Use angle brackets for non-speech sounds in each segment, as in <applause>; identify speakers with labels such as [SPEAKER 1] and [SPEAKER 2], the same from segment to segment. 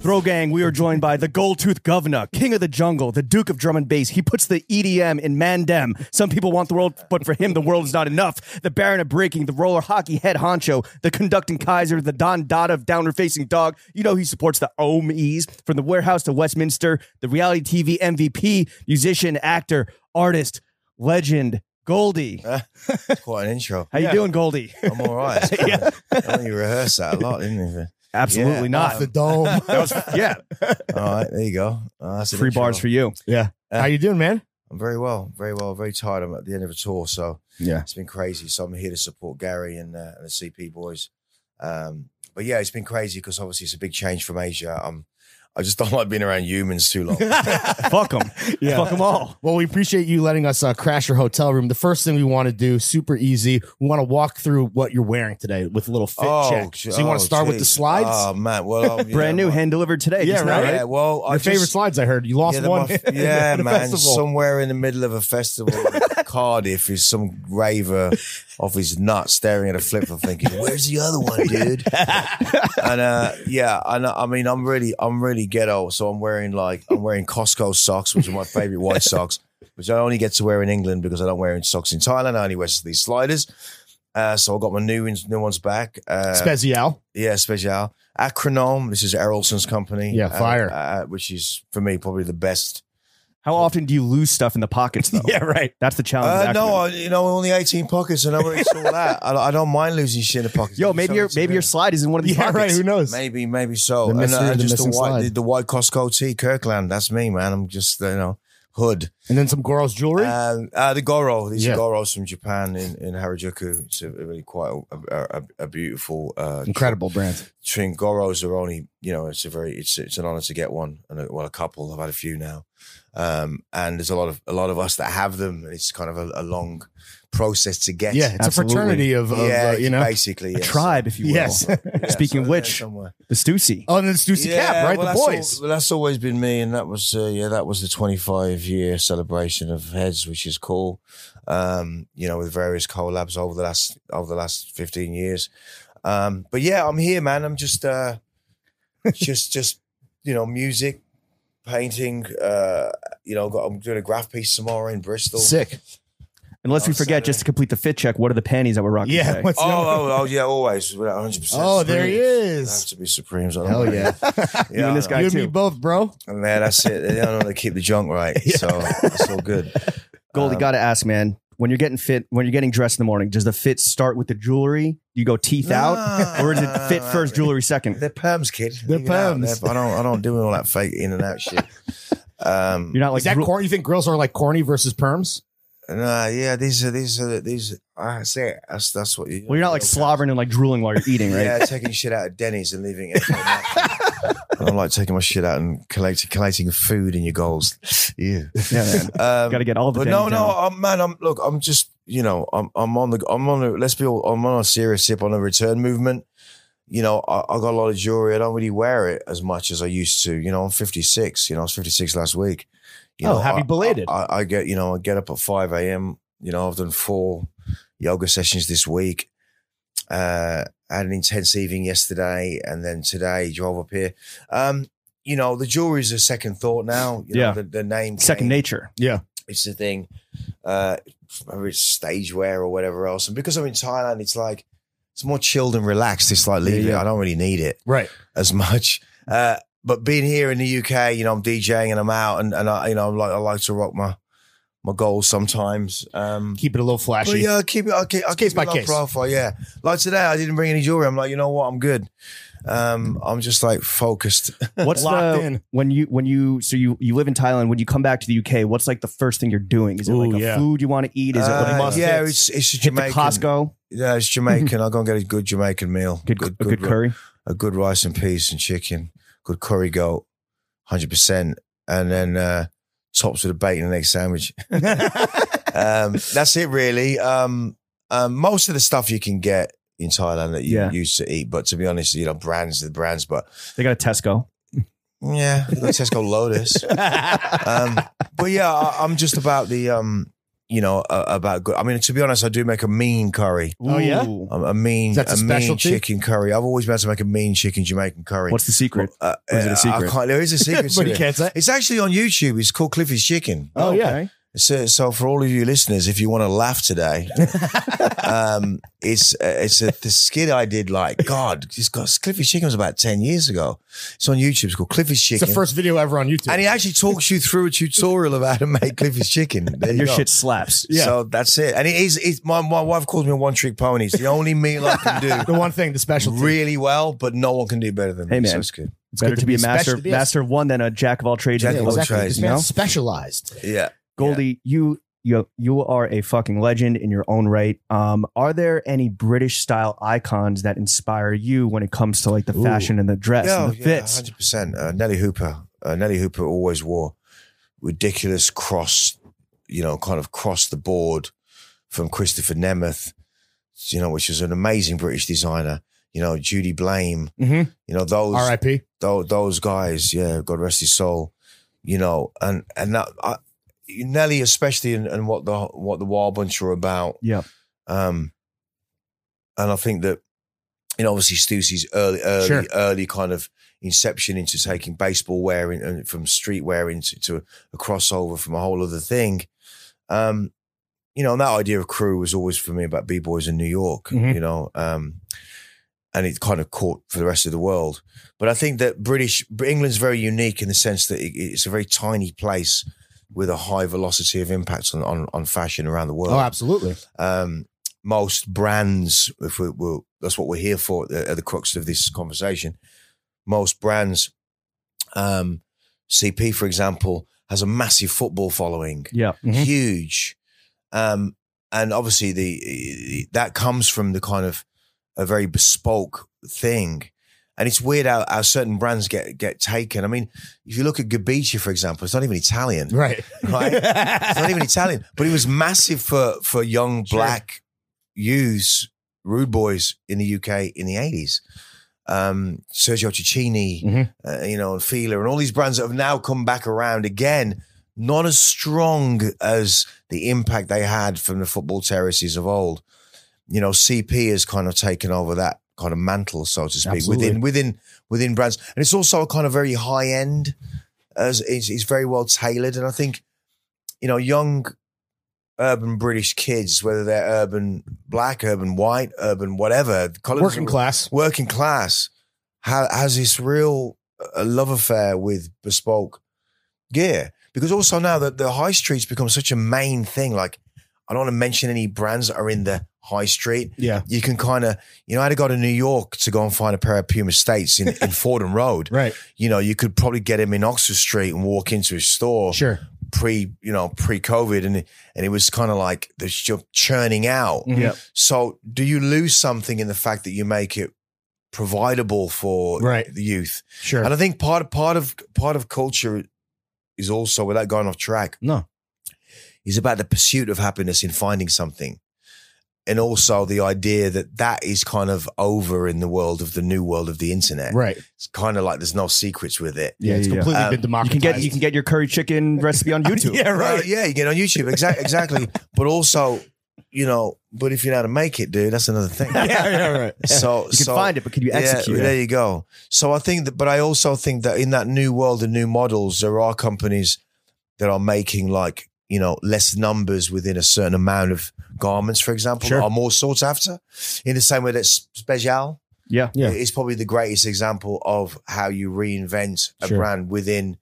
[SPEAKER 1] Throw Gang, we are joined by the Gold Tooth Governor, King of the Jungle, the Duke of Drum and Bass. He puts the EDM in Mandem. Some people want the world, but for him, the world is not enough. The Baron of Breaking, the Roller Hockey Head Honcho, the Conducting Kaiser, the Don Dada of Downward Facing Dog. You know he supports the OMEs from the warehouse to Westminster, the reality TV MVP, musician, actor, artist, legend, Goldie.
[SPEAKER 2] quite an intro.
[SPEAKER 1] How you doing, Goldie? <laughs>
[SPEAKER 2] I'm all right. yeah. you rehearse that a lot, didn't you?
[SPEAKER 1] Absolutely
[SPEAKER 2] Yeah.
[SPEAKER 1] not.
[SPEAKER 3] off the <laughs> dome.
[SPEAKER 1] That was- yeah,
[SPEAKER 2] All right, there you go. Uh, that's an
[SPEAKER 1] free
[SPEAKER 2] intro.
[SPEAKER 1] bars for you.
[SPEAKER 3] yeah. How you doing, man?
[SPEAKER 2] I'm very well, very well, very tired. I'm at the end of a tour, so
[SPEAKER 1] Yeah.
[SPEAKER 2] it's been crazy. So I'm here to support Gary and, uh, and the CP boys. Um, but yeah, it's been crazy because obviously it's a big change from Asia. Um, I just <laughs> don't like being around humans too <laughs>
[SPEAKER 3] <laughs>
[SPEAKER 2] long.
[SPEAKER 1] Fuck them.
[SPEAKER 3] Yeah.
[SPEAKER 1] Fuck them all.
[SPEAKER 3] Well, we appreciate you letting us uh, crash your hotel room. The first thing we want to do, super easy, we want to walk through what you're wearing today with a little fit check.
[SPEAKER 2] j-
[SPEAKER 3] So you want
[SPEAKER 2] oh,
[SPEAKER 3] to start with the
[SPEAKER 2] geez.
[SPEAKER 3] slides?
[SPEAKER 2] Oh man, well,
[SPEAKER 3] <laughs>
[SPEAKER 2] um,
[SPEAKER 1] Brand
[SPEAKER 2] yeah,
[SPEAKER 1] new,
[SPEAKER 2] my-
[SPEAKER 1] hand delivered today.
[SPEAKER 3] Yeah,
[SPEAKER 1] just now,
[SPEAKER 3] right?
[SPEAKER 2] Yeah, well,
[SPEAKER 3] Your
[SPEAKER 2] I
[SPEAKER 3] favorite
[SPEAKER 2] just,
[SPEAKER 3] slides, I heard. You lost
[SPEAKER 2] yeah, the
[SPEAKER 3] <laughs> one.
[SPEAKER 2] muff- yeah,
[SPEAKER 3] at a
[SPEAKER 2] man.
[SPEAKER 3] festival.
[SPEAKER 2] Somewhere in the middle of a festival in
[SPEAKER 3] <laughs>
[SPEAKER 2] Cardiff is some raver off his nut staring at a flip flop thinking, Where's the other
[SPEAKER 3] <laughs>
[SPEAKER 2] one, dude? and uh yeah, and I I mean I'm really I'm really ghetto, so I'm wearing like I'm wearing Costco socks, which are my favorite
[SPEAKER 3] <laughs>
[SPEAKER 2] white socks, which I only get to wear in England because I don't wear socks in Thailand. I only wear these sliders. Uh, so I got my new ones, new ones back. Uh,
[SPEAKER 3] Spezial.
[SPEAKER 2] yeah, Special. Acronome, this is Errolson's company.
[SPEAKER 3] Yeah,
[SPEAKER 2] uh,
[SPEAKER 3] fire.
[SPEAKER 2] Uh, which is, for me, probably the best.
[SPEAKER 1] How often do you lose stuff in the pockets,
[SPEAKER 3] <laughs>
[SPEAKER 1] though? yeah, right. That's the challenge.
[SPEAKER 2] Uh,
[SPEAKER 1] with
[SPEAKER 2] no,
[SPEAKER 1] acronyms.
[SPEAKER 2] I, you know, only 18 pockets. I know where it's all
[SPEAKER 3] <laughs>
[SPEAKER 2] at. I, I don't mind losing shit in the pockets.
[SPEAKER 1] Yo, maybe
[SPEAKER 2] So
[SPEAKER 1] your
[SPEAKER 2] it's a
[SPEAKER 1] maybe
[SPEAKER 2] bit-
[SPEAKER 1] your slide is in one of these
[SPEAKER 3] Yeah, right.
[SPEAKER 1] pockets.
[SPEAKER 3] Who knows?
[SPEAKER 2] Maybe, maybe so.
[SPEAKER 3] The
[SPEAKER 2] And,
[SPEAKER 3] mystery
[SPEAKER 2] uh,
[SPEAKER 3] of the
[SPEAKER 2] just the
[SPEAKER 3] missing
[SPEAKER 2] white,
[SPEAKER 3] slide.
[SPEAKER 2] the, the white Costco tee, Kirkland. That's me, man. I'm just, you know, hood.
[SPEAKER 3] And then some Goros jewelry.
[SPEAKER 2] Um, uh, the Goro, these
[SPEAKER 3] Yeah.
[SPEAKER 2] are Goros from Japan in, in Harajuku. It's a, a really quite a, a, a, a beautiful, uh,
[SPEAKER 3] Incredible brand.
[SPEAKER 2] Tring Goros are only, you know, it's a very, it's it's an honor to get one, and a, well, a couple. I've had a few now, um, and there's a lot of a lot of us that have them, and it's kind of a, a long process to get.
[SPEAKER 3] Yeah, it's
[SPEAKER 1] Absolutely.
[SPEAKER 3] a fraternity of, of
[SPEAKER 2] yeah,
[SPEAKER 3] uh, you know.
[SPEAKER 2] basically
[SPEAKER 1] A
[SPEAKER 2] yes.
[SPEAKER 1] tribe, if you will.
[SPEAKER 3] Yes.
[SPEAKER 2] Yeah,
[SPEAKER 1] Speaking of
[SPEAKER 2] so they're
[SPEAKER 1] which,
[SPEAKER 2] somewhere.
[SPEAKER 1] the Stussy.
[SPEAKER 3] Oh, and then it's Stussy Cap, right?
[SPEAKER 2] well,
[SPEAKER 3] the
[SPEAKER 2] that's
[SPEAKER 3] boys.
[SPEAKER 2] al- well, that's always been me, and that was uh, yeah, that was the 25 year celebration of heads, which is cool. Um, you know, with various collabs over the last over the last 15 years. Um, but yeah, I'm here, man. I'm just
[SPEAKER 3] <laughs>
[SPEAKER 2] uh, just just you know, music, painting. Uh, you know, got, I'm doing a graph piece tomorrow in Bristol.
[SPEAKER 3] Sick.
[SPEAKER 1] And lest we
[SPEAKER 2] Oh,
[SPEAKER 1] forget,
[SPEAKER 2] Saturday.
[SPEAKER 1] just to complete the fit check, what are the panties that we're rocking?
[SPEAKER 3] Yeah.
[SPEAKER 1] today?
[SPEAKER 3] what's
[SPEAKER 2] Oh,
[SPEAKER 3] the other-
[SPEAKER 2] oh, oh, yeah, always. 100%.
[SPEAKER 3] Oh, there he
[SPEAKER 2] I have
[SPEAKER 3] is.
[SPEAKER 2] to be Supremes. I don't
[SPEAKER 3] Hell
[SPEAKER 2] mind.
[SPEAKER 3] yeah.
[SPEAKER 2] <laughs> yeah.
[SPEAKER 1] You and this
[SPEAKER 2] I-
[SPEAKER 1] guy
[SPEAKER 3] you and
[SPEAKER 1] too.
[SPEAKER 3] me both, bro.
[SPEAKER 2] Man, that's it. They don't know how to keep the
[SPEAKER 1] <laughs>
[SPEAKER 2] junk right, so it's all good.
[SPEAKER 1] Goldie,
[SPEAKER 2] Um,
[SPEAKER 1] gotta ask, man. When you're getting fit, when you're getting dressed in the morning, does the fit start with the jewelry? Do you go teeth out,
[SPEAKER 2] Nah,
[SPEAKER 1] or is it
[SPEAKER 2] nah, nah,
[SPEAKER 1] fit
[SPEAKER 2] nah,
[SPEAKER 1] first,
[SPEAKER 2] nah.
[SPEAKER 1] jewelry second?
[SPEAKER 2] They're perms, kid.
[SPEAKER 3] They're
[SPEAKER 2] Leave it out.
[SPEAKER 3] perms.
[SPEAKER 2] They're- I don't. I don't do all that fake in and out shit. Um,
[SPEAKER 1] You're not like
[SPEAKER 3] Is that
[SPEAKER 1] gro-
[SPEAKER 3] corny? You think girls are like corny versus perms?
[SPEAKER 2] nah, yeah. These are these are these. I say it, that's that's what you.
[SPEAKER 1] well, you're not like slobbering and like drooling while you're eating, right?
[SPEAKER 2] Yeah, taking shit out of Denny's and leaving it.
[SPEAKER 1] <laughs>
[SPEAKER 2] I don't like taking my shit out and collecting collecting food in your goals. Yeah.
[SPEAKER 1] <laughs> Yeah, man.
[SPEAKER 2] Um,
[SPEAKER 1] Gotta get all the
[SPEAKER 2] but no,
[SPEAKER 1] Denny's
[SPEAKER 2] no,
[SPEAKER 1] down.
[SPEAKER 2] I'm, man. I'm look. I'm just you know. I'm I'm on the. I'm on. A, let's be. All, I'm on a serious tip on a return movement. You know, I, I got a lot of jewelry. I don't really wear it as much as I used to. You know, I'm 56. You know, I was 56 last week. You
[SPEAKER 3] Oh,
[SPEAKER 2] know,
[SPEAKER 3] happy
[SPEAKER 2] I-
[SPEAKER 3] belated.
[SPEAKER 2] I, I get. You know, I get up at 5 a.m. You know, I've done four yoga sessions this week. Uh, I had an intense evening yesterday, and then today drove up here. Um, you know, the jewelry is a second thought now. You know,
[SPEAKER 1] Yeah.
[SPEAKER 2] the, the name
[SPEAKER 1] Second
[SPEAKER 2] came-
[SPEAKER 1] nature.
[SPEAKER 2] it's the thing, uh, whether it's stage wear or whatever else. And because I'm in Thailand, it's like it's more chilled and relaxed. It's like leave
[SPEAKER 1] Yeah, yeah.
[SPEAKER 2] it. I don't really need it
[SPEAKER 3] Right.
[SPEAKER 2] as much. Uh, but being here in the UK, you know, I'm DJing and I'm out, and, and I, you know, I'm like I like to rock my my goals sometimes. Um,
[SPEAKER 3] Keep it a little flashy.
[SPEAKER 2] but yeah, I keep it. I keep, I keep
[SPEAKER 3] case
[SPEAKER 2] it
[SPEAKER 3] by
[SPEAKER 2] low
[SPEAKER 3] case.
[SPEAKER 2] profile. Yeah, like today, I didn't bring any jewelry. I'm like, you know what, I'm good. Um, I'm just like focused.
[SPEAKER 1] <laughs> What's
[SPEAKER 3] Locked
[SPEAKER 1] the
[SPEAKER 3] in.
[SPEAKER 1] when you when you so you you live in Thailand when you come back to the UK? What's like the first thing you're doing? Is it like
[SPEAKER 3] Ooh,
[SPEAKER 1] a
[SPEAKER 3] yeah.
[SPEAKER 1] food you want to eat? Is it like
[SPEAKER 2] Uh,
[SPEAKER 1] a
[SPEAKER 3] must
[SPEAKER 2] yeah,
[SPEAKER 3] hits?
[SPEAKER 2] it's it's a
[SPEAKER 1] hit the
[SPEAKER 2] Jamaican.
[SPEAKER 1] Costco?
[SPEAKER 2] Yeah, it's Jamaican. I'll go and get a good Jamaican meal.
[SPEAKER 1] Good, a good
[SPEAKER 2] ri-
[SPEAKER 1] curry.
[SPEAKER 2] a good rice and peas and chicken, good curry goat, hundred percent, and then uh, tops with a bacon and egg sandwich. <laughs> um, that's it, really. Um, um, most of the stuff you can get, in Thailand that you
[SPEAKER 1] Yeah.
[SPEAKER 2] used to eat. But to be honest, you know, brands the brands, but
[SPEAKER 1] They got a Tesco.
[SPEAKER 2] yeah, you got Tesco
[SPEAKER 3] <laughs>
[SPEAKER 2] Lotus. um, but yeah, I, I'm just about the um, you know, uh, about good. I mean, to be honest, I do make a mean curry.
[SPEAKER 3] Oh, yeah?
[SPEAKER 1] Ooh.
[SPEAKER 2] Um, a mean,
[SPEAKER 3] That's a
[SPEAKER 2] a mean
[SPEAKER 3] specialty?
[SPEAKER 2] chicken curry. I've always meant to make a mean chicken Jamaican curry.
[SPEAKER 1] What's the secret?
[SPEAKER 2] Uh,
[SPEAKER 1] Or is it a
[SPEAKER 2] uh,
[SPEAKER 1] secret?
[SPEAKER 2] I can't, there
[SPEAKER 1] <laughs>
[SPEAKER 2] is a secret.
[SPEAKER 3] But
[SPEAKER 2] to
[SPEAKER 3] you
[SPEAKER 2] it.
[SPEAKER 3] can't say.
[SPEAKER 2] It's actually on YouTube. It's called Cliffy's Chicken.
[SPEAKER 3] Oh, yeah.
[SPEAKER 1] okay.
[SPEAKER 2] So, so for all of you listeners, if you want to
[SPEAKER 1] <laughs>
[SPEAKER 2] laugh today, um, it's uh, it's a, the skit I did. Like God, it's got Cliffy's Chicken was about ten years ago. It's on YouTube. It's called Cliffy's
[SPEAKER 3] It's
[SPEAKER 2] Chicken.
[SPEAKER 3] the first video ever on YouTube.
[SPEAKER 2] and he actually talks you through a tutorial of how to make Cliffy's Chicken. There you
[SPEAKER 1] Your
[SPEAKER 2] go.
[SPEAKER 1] shit slaps.
[SPEAKER 3] yeah.
[SPEAKER 2] So that's it. And it is. It's, my my wife calls me a one trick pony. It's the only meal I can do
[SPEAKER 1] <laughs>
[SPEAKER 3] the one thing, the specialty.
[SPEAKER 2] really well, but no one can do better than
[SPEAKER 1] Hey,
[SPEAKER 2] me.
[SPEAKER 1] man.
[SPEAKER 2] So it's good.
[SPEAKER 1] It's better
[SPEAKER 3] good
[SPEAKER 1] to be a master,
[SPEAKER 3] specialist.
[SPEAKER 1] master of one than a jack of all trades.
[SPEAKER 2] Jack
[SPEAKER 3] Yeah,
[SPEAKER 2] of all
[SPEAKER 3] exactly.
[SPEAKER 2] trades,
[SPEAKER 3] This
[SPEAKER 1] you
[SPEAKER 3] man's
[SPEAKER 1] know?
[SPEAKER 3] specialized.
[SPEAKER 2] Yeah.
[SPEAKER 1] Goldie, you you you are a fucking legend in your own right. Um, are there any British style icons that inspire you when it comes to like the
[SPEAKER 3] Ooh.
[SPEAKER 1] fashion and the dress
[SPEAKER 2] Yeah,
[SPEAKER 1] and the
[SPEAKER 2] yeah,
[SPEAKER 1] fits?
[SPEAKER 2] 100%. Uh, Nelly Hooper. Uh, Nelly Hooper always wore ridiculous cross, you know, kind of cross the board from Christopher Nemeth, you know, which is an amazing British designer. You know, Judy Blame,
[SPEAKER 1] Mhm.
[SPEAKER 2] you know, those
[SPEAKER 3] R.I.P.
[SPEAKER 2] tho- those guys, yeah, God rest his soul, you know, and and that I, Nelly especially, and, and what the what the Wild Bunch were about,
[SPEAKER 1] Yeah.
[SPEAKER 2] um, and I think that you know obviously Stussy's early early
[SPEAKER 3] Sure.
[SPEAKER 2] early kind of inception into taking baseball wear in, and from streetwear into to a crossover from a whole other thing, um, you know, and that idea of crew was always for me about b boys in New York,
[SPEAKER 3] Mm-hmm.
[SPEAKER 1] Mhm.
[SPEAKER 2] you know, um, and it kind of caught for the rest of the world. But I think that British England's very unique in the sense that it, it's a very tiny place with a high velocity of impact on on, on fashion around the world.
[SPEAKER 3] Oh, absolutely.
[SPEAKER 2] um, most brands, if we, we're, that's what we're here for at the, at the crux of this conversation, most brands, um, CP for example, has a massive football following
[SPEAKER 1] Yeah. Mhm.
[SPEAKER 2] huge. Um, and obviously the that comes from the kind of a very bespoke thing. And it's weird how, how certain brands get get taken. I mean, if you look at Gabici, for example, it's not even Italian,
[SPEAKER 3] Right.
[SPEAKER 2] <laughs> right? it's
[SPEAKER 3] <laughs>
[SPEAKER 2] not even Italian, but it was massive for for young
[SPEAKER 3] Sure.
[SPEAKER 2] black youths, rude boys in the UK in the eighties. Um, Sergio Ciccini,
[SPEAKER 3] Mhm.
[SPEAKER 2] uh, you know, and Fila, and all these brands that have now come back around again, not as strong as the impact they had from the football terraces of old. You know, CP has kind of taken over that kind of mantle, so to speak,
[SPEAKER 3] Absolutely.
[SPEAKER 2] within within within brands, and it's also a kind of very high end. As it's, it's very well tailored, and I think you know, young urban British kids, whether they're urban black, urban white, urban whatever, the colours-
[SPEAKER 3] Working class.
[SPEAKER 2] working class, ha- has this real uh, love affair with bespoke gear. Because also now that the high streets become such a main thing, like I don't want to mention any brands that are in the high street.
[SPEAKER 3] Yeah.
[SPEAKER 2] You can kind of, you know, I had to go to New York to go and find a pair of Puma States in,
[SPEAKER 3] <laughs>
[SPEAKER 2] in Fordham Road.
[SPEAKER 3] Right.
[SPEAKER 2] You know, you could probably get them in Oxford Street and walk into a store
[SPEAKER 3] Sure.
[SPEAKER 2] pre you know pre COVID and it- and it was kind of like the sh- churning out.
[SPEAKER 3] Mhm.
[SPEAKER 1] Mm-hmm. Yeah.
[SPEAKER 2] So do you lose something in the fact that you make it providable for
[SPEAKER 3] Right.
[SPEAKER 2] the youth?
[SPEAKER 3] Sure.
[SPEAKER 2] And I think part of part of part of culture is also without going off track.
[SPEAKER 3] No.
[SPEAKER 2] is about the pursuit of happiness in finding something. And also the idea that that is kind of over in the world of the new world of the internet.
[SPEAKER 3] Right.
[SPEAKER 2] It's kind of like there's no secrets with it.
[SPEAKER 1] Yeah,
[SPEAKER 3] it's
[SPEAKER 1] yeah, yeah.
[SPEAKER 3] completely
[SPEAKER 2] Um,
[SPEAKER 3] been
[SPEAKER 1] You
[SPEAKER 3] democratized.
[SPEAKER 1] can get you can get your curry chicken recipe on YouTube. <laughs>
[SPEAKER 2] <laughs>
[SPEAKER 3] Yeah,
[SPEAKER 2] Well,
[SPEAKER 3] right.
[SPEAKER 2] yeah, you get on YouTube. Exactly. Exactly. but also, you know, but if you know how to make it, dude, that's another
[SPEAKER 1] <laughs>
[SPEAKER 2] thing.
[SPEAKER 3] <laughs> yeah, yeah, right.
[SPEAKER 2] <laughs> So
[SPEAKER 1] You can
[SPEAKER 2] so,
[SPEAKER 1] find it, but can you
[SPEAKER 2] yeah,
[SPEAKER 1] execute
[SPEAKER 2] there
[SPEAKER 1] it?
[SPEAKER 2] you go. So I think that, but I also think that in that new world and new models, there are companies that are making like you know less numbers within a certain amount of garments, for example,
[SPEAKER 3] Sure.
[SPEAKER 2] are more sought after. In the same way that Special
[SPEAKER 1] Yeah.
[SPEAKER 3] Yeah.
[SPEAKER 2] is probably the greatest example of how you reinvent a
[SPEAKER 3] Sure.
[SPEAKER 2] brand within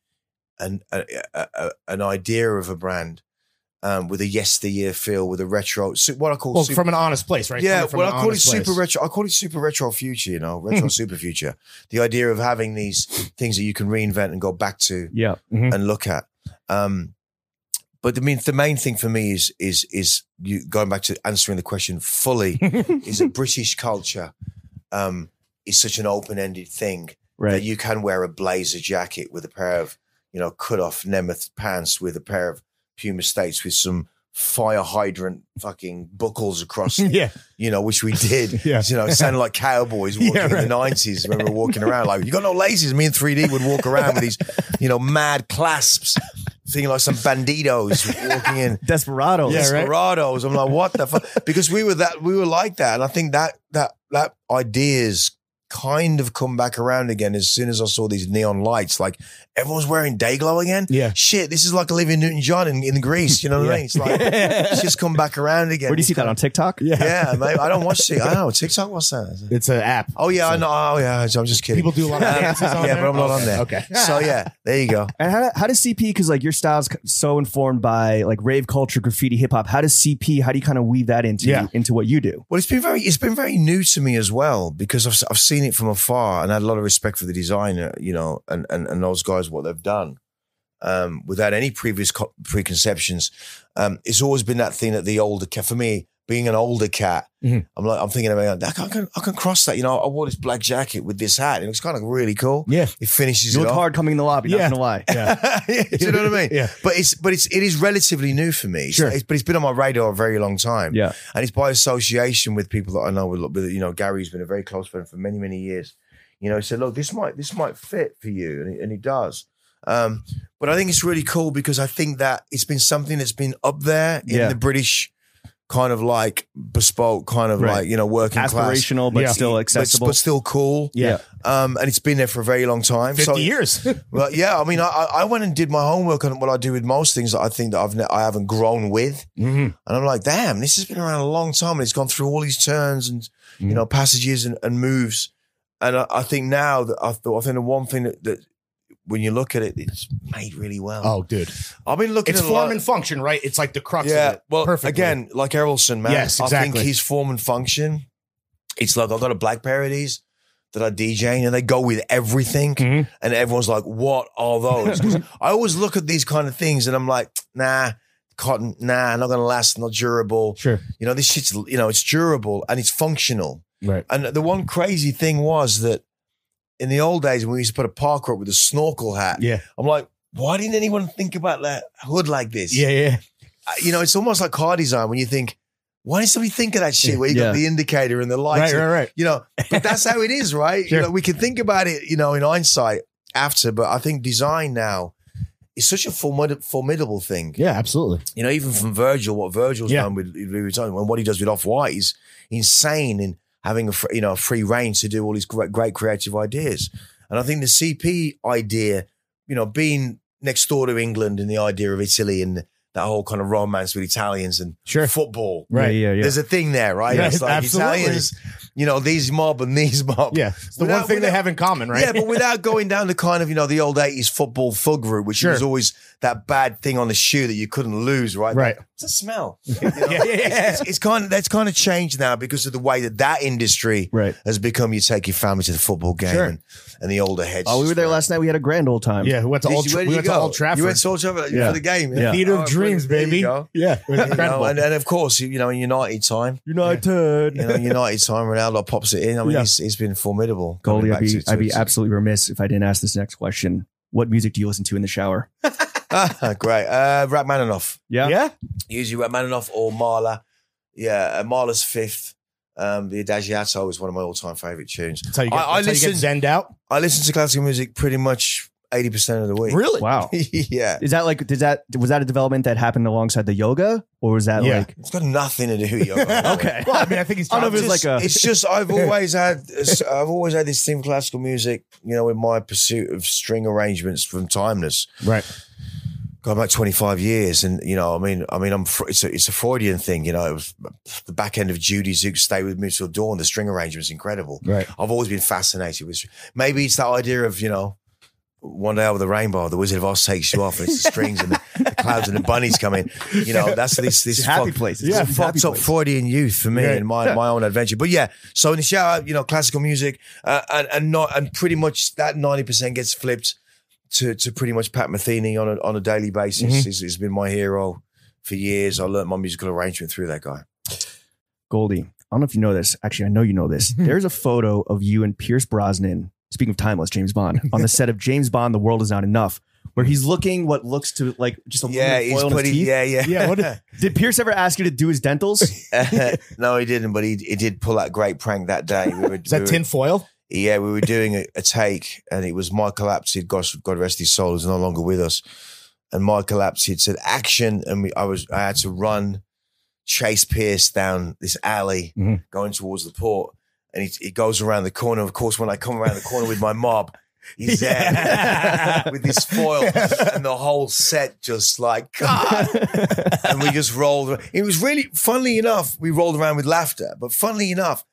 [SPEAKER 2] an a, a, a, an idea of a brand um, with a yesteryear feel, with a retro. su- What I call
[SPEAKER 3] Well,
[SPEAKER 2] super-
[SPEAKER 3] from an honest place, right?
[SPEAKER 2] yeah,
[SPEAKER 3] Coming from
[SPEAKER 2] well, I
[SPEAKER 3] an
[SPEAKER 2] call it
[SPEAKER 3] honest
[SPEAKER 2] super
[SPEAKER 3] place. Hmm.
[SPEAKER 2] retro. I call it super retro future. You know, retro super future. The idea of having these things that you can reinvent and go back to
[SPEAKER 1] Yeah. mm-hmm.
[SPEAKER 2] and look at. Um, but the mean the main thing for me is is is you going back to answering the question fully is that British culture um, is such an open ended thing that
[SPEAKER 1] Right.
[SPEAKER 2] you can wear a blazer jacket with a pair of you know cut off Nemeth pants with a pair of Puma States with some fire hydrant fucking buckles
[SPEAKER 3] <laughs>
[SPEAKER 2] across,
[SPEAKER 3] Yeah.
[SPEAKER 2] you know, which we did.
[SPEAKER 3] <laughs> Yeah.
[SPEAKER 2] You know, it sounded like
[SPEAKER 3] <laughs>
[SPEAKER 2] cowboys walking
[SPEAKER 3] Yeah,
[SPEAKER 2] in the 90s. Remember walking around like, you got no laces. Me and 3D would walk around with these, you know, mad clasps, thinking like some banditos walking in.
[SPEAKER 1] Desperados.
[SPEAKER 3] Yeah,
[SPEAKER 2] <laughs>
[SPEAKER 3] right.
[SPEAKER 2] Desperados. I'm like, what the
[SPEAKER 3] <laughs>
[SPEAKER 2] fuck? Because we were that, we were like that, and I think that that that ideas kind of come back around again as soon as I saw these neon lights. Like everyone's wearing day glow again.
[SPEAKER 3] Yeah.
[SPEAKER 2] shit, this is like Olivia Newton John in, in Greece. You know what I mean? It's like it's just come back around again.
[SPEAKER 1] Where do you see that on TikTok?
[SPEAKER 2] Yeah, mate. I don't watch. T- I don't know TikTok. What's that?
[SPEAKER 3] It's an app.
[SPEAKER 2] Oh yeah, I know. Oh yeah, I'm just kidding.
[SPEAKER 3] People do a lot of dances
[SPEAKER 2] <laughs>
[SPEAKER 3] on
[SPEAKER 2] yeah,
[SPEAKER 3] there.
[SPEAKER 2] but I'm not on there.
[SPEAKER 3] Okay.
[SPEAKER 2] So yeah, there you go.
[SPEAKER 1] And how, how does CP, because like your style's c- so informed by like rave culture, graffiti, hip hop, how does CP, how do you kind of weave that into,
[SPEAKER 3] Yeah.
[SPEAKER 1] into what you do?
[SPEAKER 2] Well, it's been very it's been very new to me as well because I've I've seen it from afar and had a lot of respect for the designer, you know, and and, and those guys what they've done um, without any previous co- preconceptions. Um, it's always been that thing that the older cat for me being an older cat,
[SPEAKER 3] Mhm.
[SPEAKER 2] I'm like I'm thinking about I can, I can I can cross that, you know. I wore this black jacket with this hat and it was kind of really cool.
[SPEAKER 3] Yeah.
[SPEAKER 2] It finishes
[SPEAKER 1] You
[SPEAKER 2] it
[SPEAKER 1] look
[SPEAKER 2] off.
[SPEAKER 1] hard coming in the lobby,
[SPEAKER 3] Yeah.
[SPEAKER 1] not gonna lie.
[SPEAKER 3] <laughs> Yeah.
[SPEAKER 2] Do <laughs> you know what I mean?
[SPEAKER 3] <laughs> Yeah.
[SPEAKER 2] But it's but it's it is relatively new for me. It's-
[SPEAKER 3] Sure.
[SPEAKER 2] it's- but it's been on my radar a very long time.
[SPEAKER 1] Yeah.
[SPEAKER 2] And it's by association with people that I know. With, with you know, Gary's been a very close friend for many many years. You know, he said, "Look, this might this might fit for you," and it, and it does. Um, but I think it's really cool because I think that it's been something that's been up there in
[SPEAKER 1] Yeah.
[SPEAKER 2] the British kind of like bespoke kind of
[SPEAKER 1] Right.
[SPEAKER 2] like you know working class.
[SPEAKER 1] <laughs> Aspirational, but
[SPEAKER 3] Yeah.
[SPEAKER 1] still
[SPEAKER 2] but-
[SPEAKER 1] accessible.
[SPEAKER 2] but, still cool.
[SPEAKER 1] yeah.
[SPEAKER 2] Um, and it's been there for a very long time.
[SPEAKER 3] 50
[SPEAKER 2] So- <laughs>
[SPEAKER 3] years.
[SPEAKER 2] well, yeah, I mean, I, I I went and did my homework on what I do with most things that I think that I've ne- I haven't grown with,
[SPEAKER 3] Mhm.
[SPEAKER 2] and I'm like, damn, this has been around a long time, and it's gone through all these turns and
[SPEAKER 3] Mm.
[SPEAKER 2] you know passages and, and moves, and I, I think now that I thought I think the one thing that, that when you look at it, it's made really well.
[SPEAKER 3] <laughs> Oh, dude.
[SPEAKER 2] I've been looking
[SPEAKER 3] It's
[SPEAKER 2] at a lot-
[SPEAKER 3] form and function, right? It's like the crux
[SPEAKER 2] yeah,
[SPEAKER 3] of it.
[SPEAKER 2] well,
[SPEAKER 3] Perfectly.
[SPEAKER 2] again, like Errolson, man,
[SPEAKER 3] Yes,
[SPEAKER 2] I think
[SPEAKER 3] exactly.
[SPEAKER 2] his form and function. It's like I've got a black parodies that I DJ and they go with everything,
[SPEAKER 3] Mhm.
[SPEAKER 2] and everyone's like, "What are those?"
[SPEAKER 3] <laughs>
[SPEAKER 2] 'Cause I always look at these kind of things and I'm like, "Nah." Cotton, nah, not gonna last, not durable.
[SPEAKER 3] Sure.
[SPEAKER 2] You know, this shit's, you know, it's durable and it's functional.
[SPEAKER 3] Right.
[SPEAKER 2] And the one crazy thing was that in the old days when we used to put a parker up with a snorkel hat,
[SPEAKER 3] Yeah.
[SPEAKER 2] I'm like, why didn't anyone think about that hood like this?
[SPEAKER 3] Yeah, yeah.
[SPEAKER 2] uh, you know, it's almost like car design when you think, why did somebody think of that shit? Where you
[SPEAKER 1] Yeah.
[SPEAKER 2] got the indicator and the lights,
[SPEAKER 3] Right, right, right.
[SPEAKER 2] you know. But that's how it
[SPEAKER 3] <laughs>
[SPEAKER 2] is, right?
[SPEAKER 3] Sure.
[SPEAKER 2] You know, we can think about it, you know, in hindsight after. But I think design now is such a formid- formidable thing.
[SPEAKER 3] Yeah, absolutely.
[SPEAKER 2] You know, even from Virgil, what Virgil's
[SPEAKER 3] Yeah.
[SPEAKER 2] done with Louis Vuitton and what he does with Off White is insane in having a fr- you know free range to do all these great, great creative ideas. And I think the CP idea, you know, being next door to England and the idea of Italy and that whole kind of romance with Italians and
[SPEAKER 3] Sure.
[SPEAKER 2] football.
[SPEAKER 3] Right.
[SPEAKER 1] Yeah, yeah, yeah.
[SPEAKER 2] There's a thing there, right?
[SPEAKER 3] Yeah,
[SPEAKER 2] it's like
[SPEAKER 3] absolutely.
[SPEAKER 2] Italians, you know, these mob and these mob.
[SPEAKER 3] Yeah. It's the
[SPEAKER 2] Without-
[SPEAKER 3] one thing they
[SPEAKER 2] without-
[SPEAKER 3] have in common, right?
[SPEAKER 2] Yeah,
[SPEAKER 3] <laughs>
[SPEAKER 2] but without going down the kind of, you know, the old 80s football thug route, which
[SPEAKER 3] Sure.
[SPEAKER 2] was always that bad thing on the shoe that you couldn't lose, right?
[SPEAKER 3] Right.
[SPEAKER 2] It's a
[SPEAKER 3] <laughs>
[SPEAKER 2] smell.
[SPEAKER 3] yeah, yeah, yeah.
[SPEAKER 2] It's, it's kind of, that's kind of changed now because of the way that that industry
[SPEAKER 1] Right.
[SPEAKER 2] has become. You take your family to the football game
[SPEAKER 3] Sure.
[SPEAKER 2] and, and the older heads.
[SPEAKER 1] Oh, we were there
[SPEAKER 2] just-
[SPEAKER 1] last night. We had a grand old time.
[SPEAKER 3] Yeah, we went to
[SPEAKER 2] Did
[SPEAKER 3] Old,
[SPEAKER 2] you-
[SPEAKER 3] Tra-
[SPEAKER 2] where did
[SPEAKER 3] we
[SPEAKER 2] you
[SPEAKER 3] went
[SPEAKER 2] go?
[SPEAKER 3] to Old Trafford.
[SPEAKER 2] You went to Old Trafford
[SPEAKER 1] Yeah.
[SPEAKER 2] for the game.
[SPEAKER 1] Yeah.
[SPEAKER 3] Theater
[SPEAKER 2] Oh,
[SPEAKER 3] of Dreams,
[SPEAKER 2] there you
[SPEAKER 3] baby.
[SPEAKER 2] go.
[SPEAKER 3] Yeah, it was
[SPEAKER 2] You know,
[SPEAKER 3] <laughs> incredible.
[SPEAKER 2] and, and of course, you know, in United time,
[SPEAKER 1] United.
[SPEAKER 3] <laughs>
[SPEAKER 2] you know, United time, Ronaldo pops it in. I mean,
[SPEAKER 1] Yeah.
[SPEAKER 2] it's, it's been formidable.
[SPEAKER 1] Goldie,
[SPEAKER 2] coming back
[SPEAKER 1] I'd be,
[SPEAKER 2] to- to-
[SPEAKER 1] I'd be
[SPEAKER 2] to-
[SPEAKER 1] absolutely remiss if I didn't ask this next question. What music do you listen to in the shower?
[SPEAKER 2] <laughs> Ah, great. Uh, Rachmaninoff.
[SPEAKER 1] Yeah.
[SPEAKER 3] yeah.
[SPEAKER 2] Usually Rachmaninoff or Marla. Yeah, uh, Marla's fifth. Um, the Adagiato is one of my all-time favorite tunes.
[SPEAKER 3] That's how you get,
[SPEAKER 2] I- I
[SPEAKER 3] that's how you get zen'd out.
[SPEAKER 2] I listen to classical music pretty much 80% of the week. <laughs>
[SPEAKER 3] Really?
[SPEAKER 1] Wow.
[SPEAKER 2] yeah.
[SPEAKER 1] Is that like, did that, was that a development that happened alongside the yoga or was that
[SPEAKER 2] <laughs>
[SPEAKER 3] Yeah.
[SPEAKER 1] like,
[SPEAKER 2] It's got nothing to do
[SPEAKER 1] <laughs>
[SPEAKER 2] with yoga.
[SPEAKER 1] okay.
[SPEAKER 3] Well, I mean, I
[SPEAKER 2] <laughs>
[SPEAKER 3] think he's
[SPEAKER 1] I don't
[SPEAKER 3] trying
[SPEAKER 1] know if
[SPEAKER 3] to
[SPEAKER 1] it's like
[SPEAKER 2] Just-
[SPEAKER 1] a- <laughs>
[SPEAKER 2] it's just I've always had I've always had this thing for classical music, you know, in my pursuit of string arrangements from timeless.
[SPEAKER 3] right.
[SPEAKER 2] Going back 25 years, and you know, I mean, I mean, I'm fr- it's a, it's a Freudian thing, you know. It was the back end of Judy Zook stay with me till dawn. The string arrangement's incredible.
[SPEAKER 3] Right.
[SPEAKER 2] I've always been fascinated with. Maybe it's that idea of you know, one day over the rainbow, the Wizard of Oz takes you off, and it's the strings and the, the clouds and the bunnies come in. You know, that's this this
[SPEAKER 1] happy
[SPEAKER 2] fuck-
[SPEAKER 1] place. It's
[SPEAKER 2] this
[SPEAKER 1] a happy
[SPEAKER 2] fucked up
[SPEAKER 1] place.
[SPEAKER 2] Freudian youth for me
[SPEAKER 3] Yeah.
[SPEAKER 2] and my my own adventure. But yeah, so in the shower, you know, classical music, uh, and and not and pretty much that ninety percent gets flipped to to pretty much Pat Metheny on a on a daily basis.
[SPEAKER 1] Mm-hmm.
[SPEAKER 2] He's, he's been my hero for years. I learned my musical arrangement through that guy.
[SPEAKER 1] Goldie, I don't know if you know this. Actually, I know you know
[SPEAKER 3] <laughs>
[SPEAKER 1] this. There's a
[SPEAKER 3] <laughs>
[SPEAKER 1] photo of you and Pierce Brosnan, speaking of timeless James Bond, on the set of James Bond, The World Is Not Enough, where he's looking what looks to like just a little
[SPEAKER 2] Yeah,
[SPEAKER 1] bit of
[SPEAKER 2] he's
[SPEAKER 1] oil in his
[SPEAKER 2] pretty.
[SPEAKER 1] teeth.
[SPEAKER 2] Yeah, yeah.
[SPEAKER 1] Yeah, what- did Pierce ever ask you to do his
[SPEAKER 3] <laughs>
[SPEAKER 1] dentals?
[SPEAKER 2] <laughs> no, he didn't, but he, he did pull that great prank that day.
[SPEAKER 1] <laughs>
[SPEAKER 2] We were, we
[SPEAKER 3] Is that
[SPEAKER 2] were-
[SPEAKER 3] tinfoil?
[SPEAKER 2] Yeah, we were doing a, a take, and it was Michael Apted. God, God rest his soul, is no longer with us. And Michael Apted said action, and we, I was I had to run, chase Pierce down this alley,
[SPEAKER 3] Mhm.
[SPEAKER 2] going towards the port, and he, he goes around the corner. Of course, when I come around the corner with my mob. He's
[SPEAKER 3] Yeah.
[SPEAKER 2] there <laughs> with his foil, and the whole set just like God. and we just rolled. It was really, funnily enough, we rolled around with laughter. But funnily enough,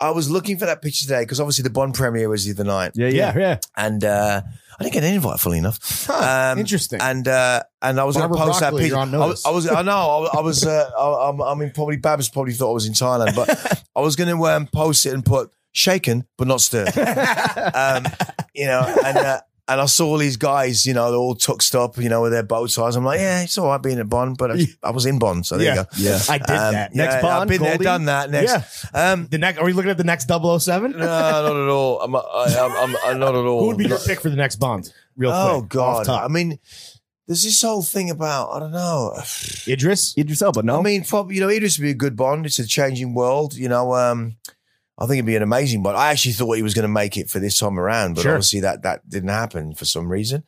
[SPEAKER 2] I was looking for that picture today because obviously the Bond premiere was the other night,
[SPEAKER 1] yeah,
[SPEAKER 3] yeah.
[SPEAKER 2] and uh, I didn't get an invite. Funnily enough, um,
[SPEAKER 3] Interesting.
[SPEAKER 2] And uh, and I was going to
[SPEAKER 3] Barbara
[SPEAKER 2] post
[SPEAKER 3] Broccoli,
[SPEAKER 2] that picture.
[SPEAKER 3] you're on
[SPEAKER 2] I was,
[SPEAKER 3] notice.
[SPEAKER 2] I was, I know, I was, I was uh, I, I'm, I mean, probably Babs probably thought I was in Thailand,
[SPEAKER 3] <laughs>
[SPEAKER 2] but I was going to um, post it and put shaken but not stirred. um, you know, and uh, and I saw all these guys, you know, they're all tucked up, you know, with their bow ties. I'm like, yeah, it's all right being at Bond, but I, I was in Bond, so there you
[SPEAKER 3] yeah.
[SPEAKER 2] go.
[SPEAKER 1] Yeah.
[SPEAKER 3] I did
[SPEAKER 2] Um,
[SPEAKER 3] that.
[SPEAKER 1] Next
[SPEAKER 2] yeah, I've
[SPEAKER 1] Bond,
[SPEAKER 2] been
[SPEAKER 1] Goldie?
[SPEAKER 2] there, done that. Next, um,
[SPEAKER 3] The next, are we looking at the next 007?
[SPEAKER 2] no, not at all. I'm, I, I'm, I'm, I'm not at all.
[SPEAKER 3] Who would be your
[SPEAKER 2] Not-
[SPEAKER 3] pick for the next Bond? Real
[SPEAKER 2] Oh
[SPEAKER 3] quick.
[SPEAKER 2] God!
[SPEAKER 3] off top.
[SPEAKER 2] I mean, there's this whole thing about I don't know.
[SPEAKER 3] Idris.
[SPEAKER 1] Eat yourself, but no.
[SPEAKER 2] I mean, probably you know, Idris would be a good Bond. It's a changing world, you know. Um, I think it'd be an amazing Bond. I actually thought he was going to make it for this time around, but
[SPEAKER 3] Sure.
[SPEAKER 2] obviously that that didn't happen for some reason.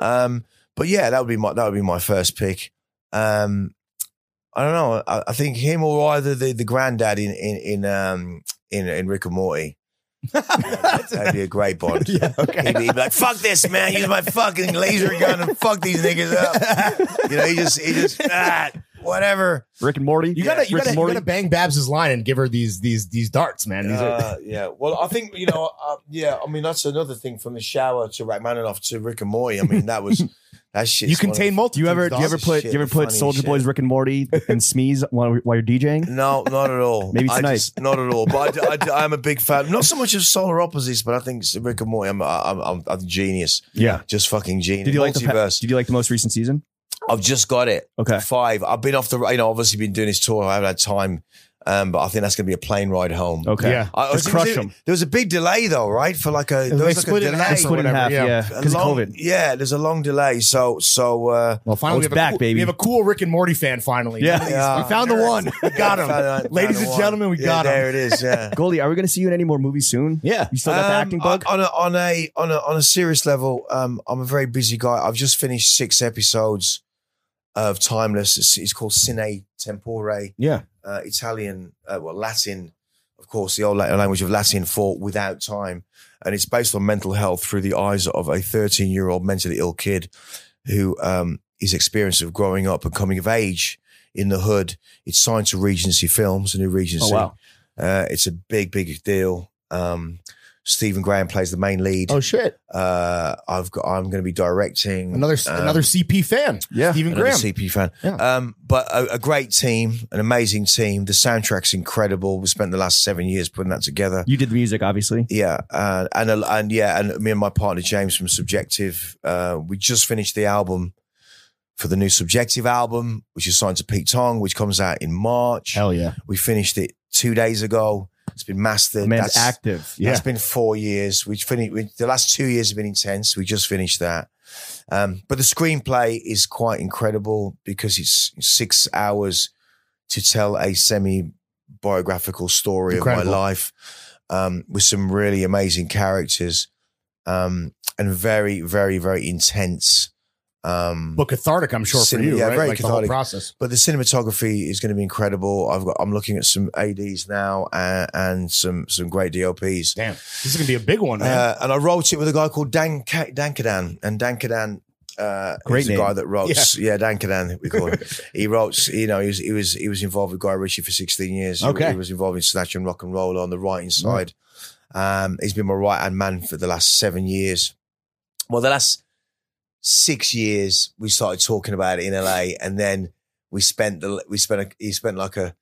[SPEAKER 2] Um, but yeah, that would be my that would be my first pick. Um, I don't know. I, I think him or either the the granddad in in in um in in Rick and Morty.
[SPEAKER 3] <laughs>
[SPEAKER 2] That'd be a great Bond.
[SPEAKER 3] Yeah.
[SPEAKER 2] He'd
[SPEAKER 3] Okay.
[SPEAKER 2] be, he'd be like, "Fuck this, man! Use my fucking laser gun and fuck these niggas up." You know, he just, he just, ah, whatever.
[SPEAKER 1] Rick and Morty.
[SPEAKER 3] You gotta, you
[SPEAKER 1] Rick
[SPEAKER 3] gotta,
[SPEAKER 1] and
[SPEAKER 3] you
[SPEAKER 1] Morty.
[SPEAKER 3] gotta bang Babs's line and give her these, these, these darts, man. These are,
[SPEAKER 2] Uh, yeah. Well, I think you know. Uh, yeah. I mean, that's another thing from the shower to Rachmaninoff to Rick and Morty. I mean,
[SPEAKER 1] <laughs>
[SPEAKER 2] that was that shit.
[SPEAKER 3] you contain multi.
[SPEAKER 1] do you ever do you ever
[SPEAKER 2] Dawson's
[SPEAKER 1] put
[SPEAKER 2] shit,
[SPEAKER 1] do you ever put
[SPEAKER 2] funny
[SPEAKER 1] Soldier
[SPEAKER 2] shit.
[SPEAKER 1] Boy's Rick and Morty
[SPEAKER 2] <laughs>
[SPEAKER 1] and Smeeze while, while you're DJing?
[SPEAKER 2] No, not at all.
[SPEAKER 1] Maybe
[SPEAKER 2] I
[SPEAKER 1] tonight.
[SPEAKER 2] just- not at all. But I, I, am a big fan. Not so much of Solar Opposites, but I think Rick and Morty. I'm, I'm, I'm, I'm genius.
[SPEAKER 1] Yeah.
[SPEAKER 2] Just fucking genius.
[SPEAKER 1] Did you like the pa-
[SPEAKER 2] Multiverse.
[SPEAKER 1] Did you like the most recent season?
[SPEAKER 2] I've just got it.
[SPEAKER 1] Okay.
[SPEAKER 2] Five. I've been off the. You know, obviously been doing this tour. I haven't had time. Um, but I think that's going to be a plane ride home.
[SPEAKER 1] Okay.
[SPEAKER 3] Yeah.
[SPEAKER 2] I, I
[SPEAKER 1] Just
[SPEAKER 2] was-
[SPEAKER 1] crush
[SPEAKER 2] there was a-
[SPEAKER 1] 'em.
[SPEAKER 2] There was a big delay though, right? For like a there
[SPEAKER 3] they
[SPEAKER 2] was like
[SPEAKER 3] split
[SPEAKER 2] a
[SPEAKER 3] it in
[SPEAKER 2] delay.
[SPEAKER 3] half.
[SPEAKER 1] Split in half,
[SPEAKER 3] Whatever,
[SPEAKER 1] yeah,
[SPEAKER 3] yeah.
[SPEAKER 2] A
[SPEAKER 1] because of
[SPEAKER 2] long-
[SPEAKER 1] COVID.
[SPEAKER 2] Yeah, there's a long delay. So so uh
[SPEAKER 3] Well, finally,
[SPEAKER 1] Oh,
[SPEAKER 3] we
[SPEAKER 1] it's
[SPEAKER 3] have
[SPEAKER 1] back,
[SPEAKER 3] a cool,
[SPEAKER 1] baby.
[SPEAKER 3] We have a cool Rick and Morty fan finally.
[SPEAKER 1] Yeah.
[SPEAKER 3] None of these-
[SPEAKER 2] Yeah.
[SPEAKER 3] we found
[SPEAKER 2] <laughs>
[SPEAKER 3] the one. We got him,
[SPEAKER 2] found out-
[SPEAKER 3] ladies
[SPEAKER 2] found
[SPEAKER 3] and
[SPEAKER 2] out
[SPEAKER 3] gentlemen.
[SPEAKER 2] one.
[SPEAKER 3] We
[SPEAKER 2] Yeah,
[SPEAKER 3] got him.
[SPEAKER 2] There it is.
[SPEAKER 3] <laughs>
[SPEAKER 2] Yeah.
[SPEAKER 1] Goldie, are we gonna see you in any more movie soon?
[SPEAKER 3] Yeah.
[SPEAKER 1] You still got the
[SPEAKER 2] Um,
[SPEAKER 1] acting bug?
[SPEAKER 2] on a on a on a on a serious level. Um, I'm a very busy guy. I've just finished six episodes of Timeless. It's, it's called Cine Tempore.
[SPEAKER 1] Yeah.
[SPEAKER 2] uh, Italian, uh, well, Latin, of course, the old Latin language of Latin for without time. And it's based on mental health through the eyes of a 13 year old mentally ill kid who um, is experienced of growing up and coming of age in the hood. It's signed to Regency Films, a new Regency.
[SPEAKER 1] Oh wow.
[SPEAKER 2] uh, it's a big, big deal. Um, Stephen Graham plays the main lead.
[SPEAKER 3] Oh shit!
[SPEAKER 2] Uh, I've got. I'm going to be directing
[SPEAKER 3] Another
[SPEAKER 2] um,
[SPEAKER 3] another CP fan.
[SPEAKER 1] Yeah.
[SPEAKER 3] Stephen
[SPEAKER 2] Another
[SPEAKER 3] Graham.
[SPEAKER 2] CP fan.
[SPEAKER 3] Yeah.
[SPEAKER 2] Um, but a, a great team, an amazing team. The soundtrack's incredible. We spent the last seven years putting that together.
[SPEAKER 1] You did the music, obviously.
[SPEAKER 2] Yeah, uh, and a- and yeah, and me and my partner James from Subjective, uh, we just finished the album for the new Subjective album, which is signed to Pete Tong, which comes out in March.
[SPEAKER 3] Hell yeah!
[SPEAKER 2] We finished it two days ago. It's been mastered.
[SPEAKER 1] Man's
[SPEAKER 2] That's-
[SPEAKER 1] active.
[SPEAKER 3] Yeah.
[SPEAKER 2] that's been four years. We finished we, the last two years have been intense. We just finished that, um, but the screenplay is quite incredible because it's six hours to tell a semi biographical story of
[SPEAKER 3] Incredible.
[SPEAKER 2] my life um, with some really amazing characters um, and very, very, very intense. Um,
[SPEAKER 3] But cathartic, I'm sure for
[SPEAKER 2] Cine-
[SPEAKER 3] you,
[SPEAKER 2] yeah,
[SPEAKER 3] right?
[SPEAKER 2] very
[SPEAKER 3] like the whole
[SPEAKER 2] cathartic.
[SPEAKER 3] process.
[SPEAKER 2] but the cinematography is going to be incredible. I've got I'm looking at some ads now and, and some some great DLPs.
[SPEAKER 3] Damn, this is gonna be a big one, man.
[SPEAKER 2] Uh, and I wrote it with a guy called Dan Ka- Dankadan, and Dankadan. Uh,
[SPEAKER 1] Great
[SPEAKER 2] is
[SPEAKER 1] name.
[SPEAKER 2] the guy that wrote, yeah, Dankadan. We call him. he wrote, you know, he was he was he was involved with Guy Ritchie for sixteen years. He-
[SPEAKER 3] Okay.
[SPEAKER 2] he, was involved in Snatch and Rock and Roll on the writing side. Um, he's been my right hand man for the last seven years. Well, the last six years we started talking about it in LA, and then we spent the we spent a, he spent like a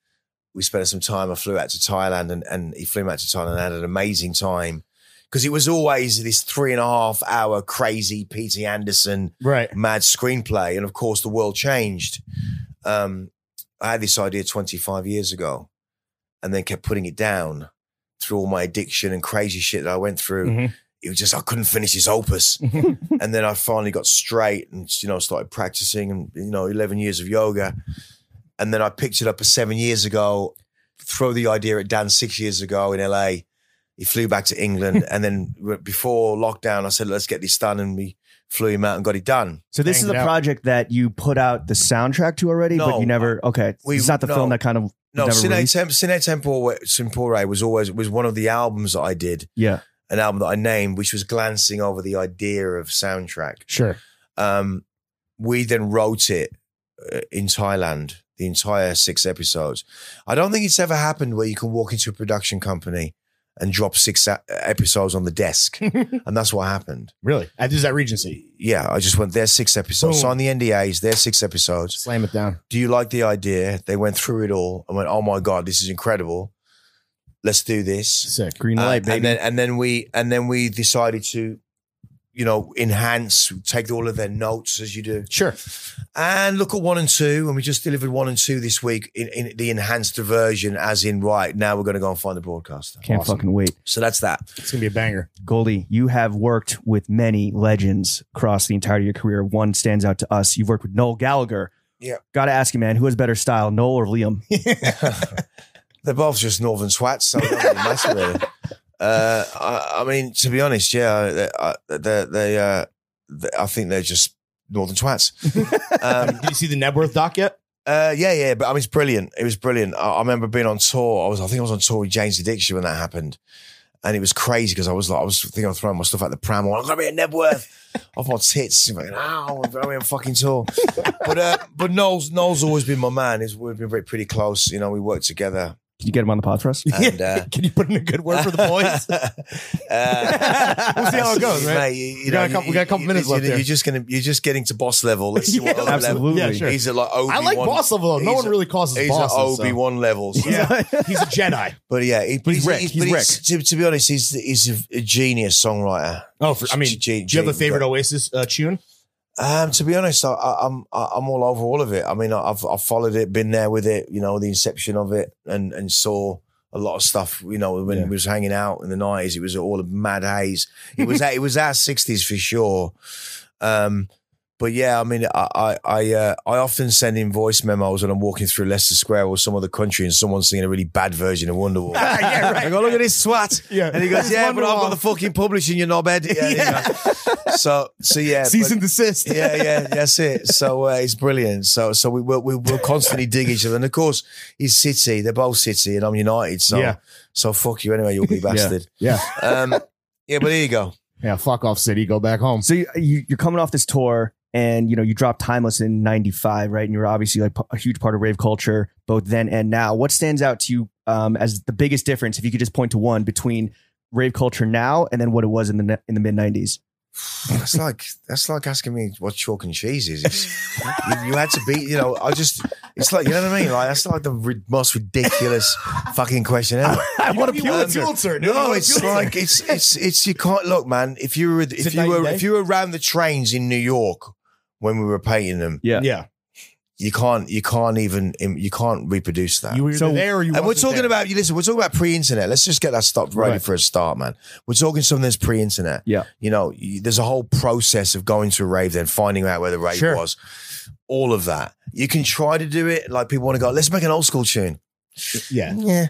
[SPEAKER 2] we spent some time. I flew out to Thailand, and and he flew me out to Thailand and had an amazing time because it was always this three and a half hour crazy P.T. Anderson
[SPEAKER 3] right?
[SPEAKER 2] mad screenplay, and of course the world changed. Um, I had this idea 25 years ago, and then kept putting it down through all my addiction and crazy shit that I went through.
[SPEAKER 3] Mhm.
[SPEAKER 2] it was just I couldn't finish his opus, and then I finally got straight and you know started practicing and you know eleven years of yoga, and then I picked it up seven years ago, throw the idea at Dan six years ago in LA. He flew back to England, and then w- before lockdown, I said let's get this done, and we flew him out and got it done.
[SPEAKER 1] So this is
[SPEAKER 3] Banged
[SPEAKER 1] a
[SPEAKER 3] out.
[SPEAKER 1] project that you put out the soundtrack to already, but
[SPEAKER 2] No.
[SPEAKER 1] you never. Okay,
[SPEAKER 2] We-
[SPEAKER 1] it's not the
[SPEAKER 2] no.
[SPEAKER 1] film that kind of.
[SPEAKER 2] No,
[SPEAKER 1] never
[SPEAKER 2] Sine
[SPEAKER 1] released?
[SPEAKER 2] Tem- Sine Tempore, Simpore was always was one of the albums that I did,
[SPEAKER 1] Yeah,
[SPEAKER 2] an album that I named, which was glancing over the idea of soundtrack.
[SPEAKER 3] Sure.
[SPEAKER 2] Um, we then wrote it uh, in Thailand, the entire six episodes. I don't think it's ever happened where you can walk into a production company and drop six a- episodes on the
[SPEAKER 1] <laughs>
[SPEAKER 2] desk, and that's what happened.
[SPEAKER 3] Really? I did that Regency.
[SPEAKER 2] Yeah, I just went. There's six episodes.
[SPEAKER 3] Boom.
[SPEAKER 2] Sign the NDAs. There's six episodes
[SPEAKER 3] Slam it down.
[SPEAKER 2] do you like the idea? They went through it all and went, oh my God, this is incredible. Let's do this.
[SPEAKER 3] Sick.
[SPEAKER 1] green
[SPEAKER 2] Uh,
[SPEAKER 1] light,
[SPEAKER 2] and
[SPEAKER 1] baby.
[SPEAKER 2] then and then we and then we decided to, you know, enhance, take all of their notes as you do.
[SPEAKER 3] Sure.
[SPEAKER 2] And look at one and two. And we just delivered one and two this week in, in the enhanced version, as in right, now we're gonna go and find the broadcaster.
[SPEAKER 1] Can't
[SPEAKER 3] Awesome.
[SPEAKER 1] fucking wait.
[SPEAKER 2] So that's that.
[SPEAKER 3] It's gonna be a banger.
[SPEAKER 1] Goldie, you have worked with many legends across the entirety of your career. One stands out to us. You've worked with Noel Gallagher.
[SPEAKER 2] Yeah.
[SPEAKER 1] Gotta ask you, man, who has better style, Noel or Liam?
[SPEAKER 2] <laughs> They're both just northern swats, so it doesn't really matter, really. Uh, I, I mean, to be honest, yeah, they, I, they, they, uh, they, I think they're just northern swats. um,
[SPEAKER 3] Did you see the Nebworth doc yet?
[SPEAKER 2] uh, yeah, yeah, but I mean, it's brilliant. It was brilliant. I, I remember being on tour. I was, I think I was on tour with Jane's Addiction when that happened, and it was crazy because I was like, I was thinking of throwing my stuff out the pram. I'm like, I'm gonna be at Nebworth <laughs> off my tits. I'm like, ow, I'm going on fucking tour. but uh, but Noel's Noel's always been my man. He's, we've been very pretty close. You know, we worked together.
[SPEAKER 1] Did you get him on the pod for us?
[SPEAKER 2] And, uh,
[SPEAKER 3] Can you put in a good <laughs> word for the
[SPEAKER 2] <laughs>
[SPEAKER 3] boys?
[SPEAKER 2] Uh,
[SPEAKER 3] We'll see how
[SPEAKER 2] <laughs>
[SPEAKER 3] it goes, right?
[SPEAKER 2] Mate, you, you
[SPEAKER 3] We
[SPEAKER 2] know,
[SPEAKER 3] got a couple- we got a couple
[SPEAKER 2] you-
[SPEAKER 3] minutes
[SPEAKER 2] you,
[SPEAKER 3] left
[SPEAKER 2] know,
[SPEAKER 3] here.
[SPEAKER 2] You're just gonna, you're just getting to boss level. Let's see what
[SPEAKER 3] <laughs> Yeah,
[SPEAKER 2] other level.
[SPEAKER 1] <laughs> Absolutely.
[SPEAKER 3] Yeah, sure.
[SPEAKER 2] He's at like Obi.
[SPEAKER 3] I like boss level though. No
[SPEAKER 2] he's
[SPEAKER 3] one
[SPEAKER 2] a-
[SPEAKER 3] really calls his
[SPEAKER 2] He's
[SPEAKER 3] boss.
[SPEAKER 2] at Obi one levels. Yeah,
[SPEAKER 3] <laughs> He's a Jedi.
[SPEAKER 2] but yeah, he, but
[SPEAKER 1] He's Rick.
[SPEAKER 2] but
[SPEAKER 1] He's
[SPEAKER 2] To, to be honest, he's he's a, a genius songwriter.
[SPEAKER 3] Oh, for, I mean,
[SPEAKER 2] G-
[SPEAKER 3] do you have a
[SPEAKER 2] G-
[SPEAKER 3] favorite Oasis uh, tune?
[SPEAKER 2] Um, to be honest, I, I, I'm I, I'm all over all of it. I mean, I- I've I've followed it, been there with it. You know, the inception of it, and and saw a lot of stuff. You know, when we was hanging out in the nineties, it was all a mad haze. It was it was our sixties for sure. Um, but yeah, I mean, I I I, uh, I often send in voice memos when I'm walking through Leicester Square or some other country, and someone's singing a really bad version of Wonderwall.
[SPEAKER 3] <laughs> yeah,
[SPEAKER 2] I go, look at this swat.
[SPEAKER 3] Yeah.
[SPEAKER 2] And he goes,
[SPEAKER 3] It's
[SPEAKER 2] yeah, but I've
[SPEAKER 3] Wonderwall."
[SPEAKER 2] got the fucking publishing, you
[SPEAKER 3] <laughs>
[SPEAKER 2] knobhead. Yeah, yeah. So, so yeah. but-
[SPEAKER 3] Cease and desist.
[SPEAKER 2] yeah, yeah, that's it. So uh, it's brilliant. So so we will we will constantly dig each other, and of course he's City. They're both City, and I'm United. So
[SPEAKER 3] Yeah.
[SPEAKER 2] so fuck you anyway, you ugly bastard.
[SPEAKER 3] Yeah.
[SPEAKER 2] Um, yeah, but here you go.
[SPEAKER 3] Yeah. Fuck off, city. Go back home.
[SPEAKER 1] So you, you, you're coming off this tour, and you know you dropped Timeless in '95, right? And you're obviously like p- a huge part of rave culture, both then and now. What stands out to you um, as the biggest difference, if you could just point to one between rave culture now and then what it was in the ne- in the mid '90s?
[SPEAKER 2] That's like that's like asking me what chalk and cheese is. It's, you, you had to be, you know. I just it's like you know what I mean. Like that's like the ri- most ridiculous fucking question
[SPEAKER 3] <laughs>
[SPEAKER 2] ever.
[SPEAKER 3] <laughs> I want
[SPEAKER 2] a Pulitzer. No, it's like it's it's it's you can't look, man. If you were
[SPEAKER 3] it
[SPEAKER 2] if you
[SPEAKER 3] 90
[SPEAKER 2] were
[SPEAKER 3] day?
[SPEAKER 2] if you were around the trains in New York when we were painting them,
[SPEAKER 1] Yeah.
[SPEAKER 3] yeah.
[SPEAKER 2] you can't you can't even you can't reproduce that.
[SPEAKER 3] You were
[SPEAKER 1] So-
[SPEAKER 3] either there or you.
[SPEAKER 2] and we're
[SPEAKER 3] wasn't
[SPEAKER 2] talking
[SPEAKER 3] there.
[SPEAKER 2] about you listen, we're talking about pre-internet. Let's just get that stopped right,
[SPEAKER 3] Right.
[SPEAKER 2] for a start, man. We're talking something that's pre-internet.
[SPEAKER 1] Yeah.
[SPEAKER 2] You know, you, there's a whole process of going to a rave, then finding out where the rave
[SPEAKER 3] Sure.
[SPEAKER 2] was. All of that. You can try to do it like people want to go, let's make an old school tune.
[SPEAKER 3] Yeah.
[SPEAKER 2] Yeah.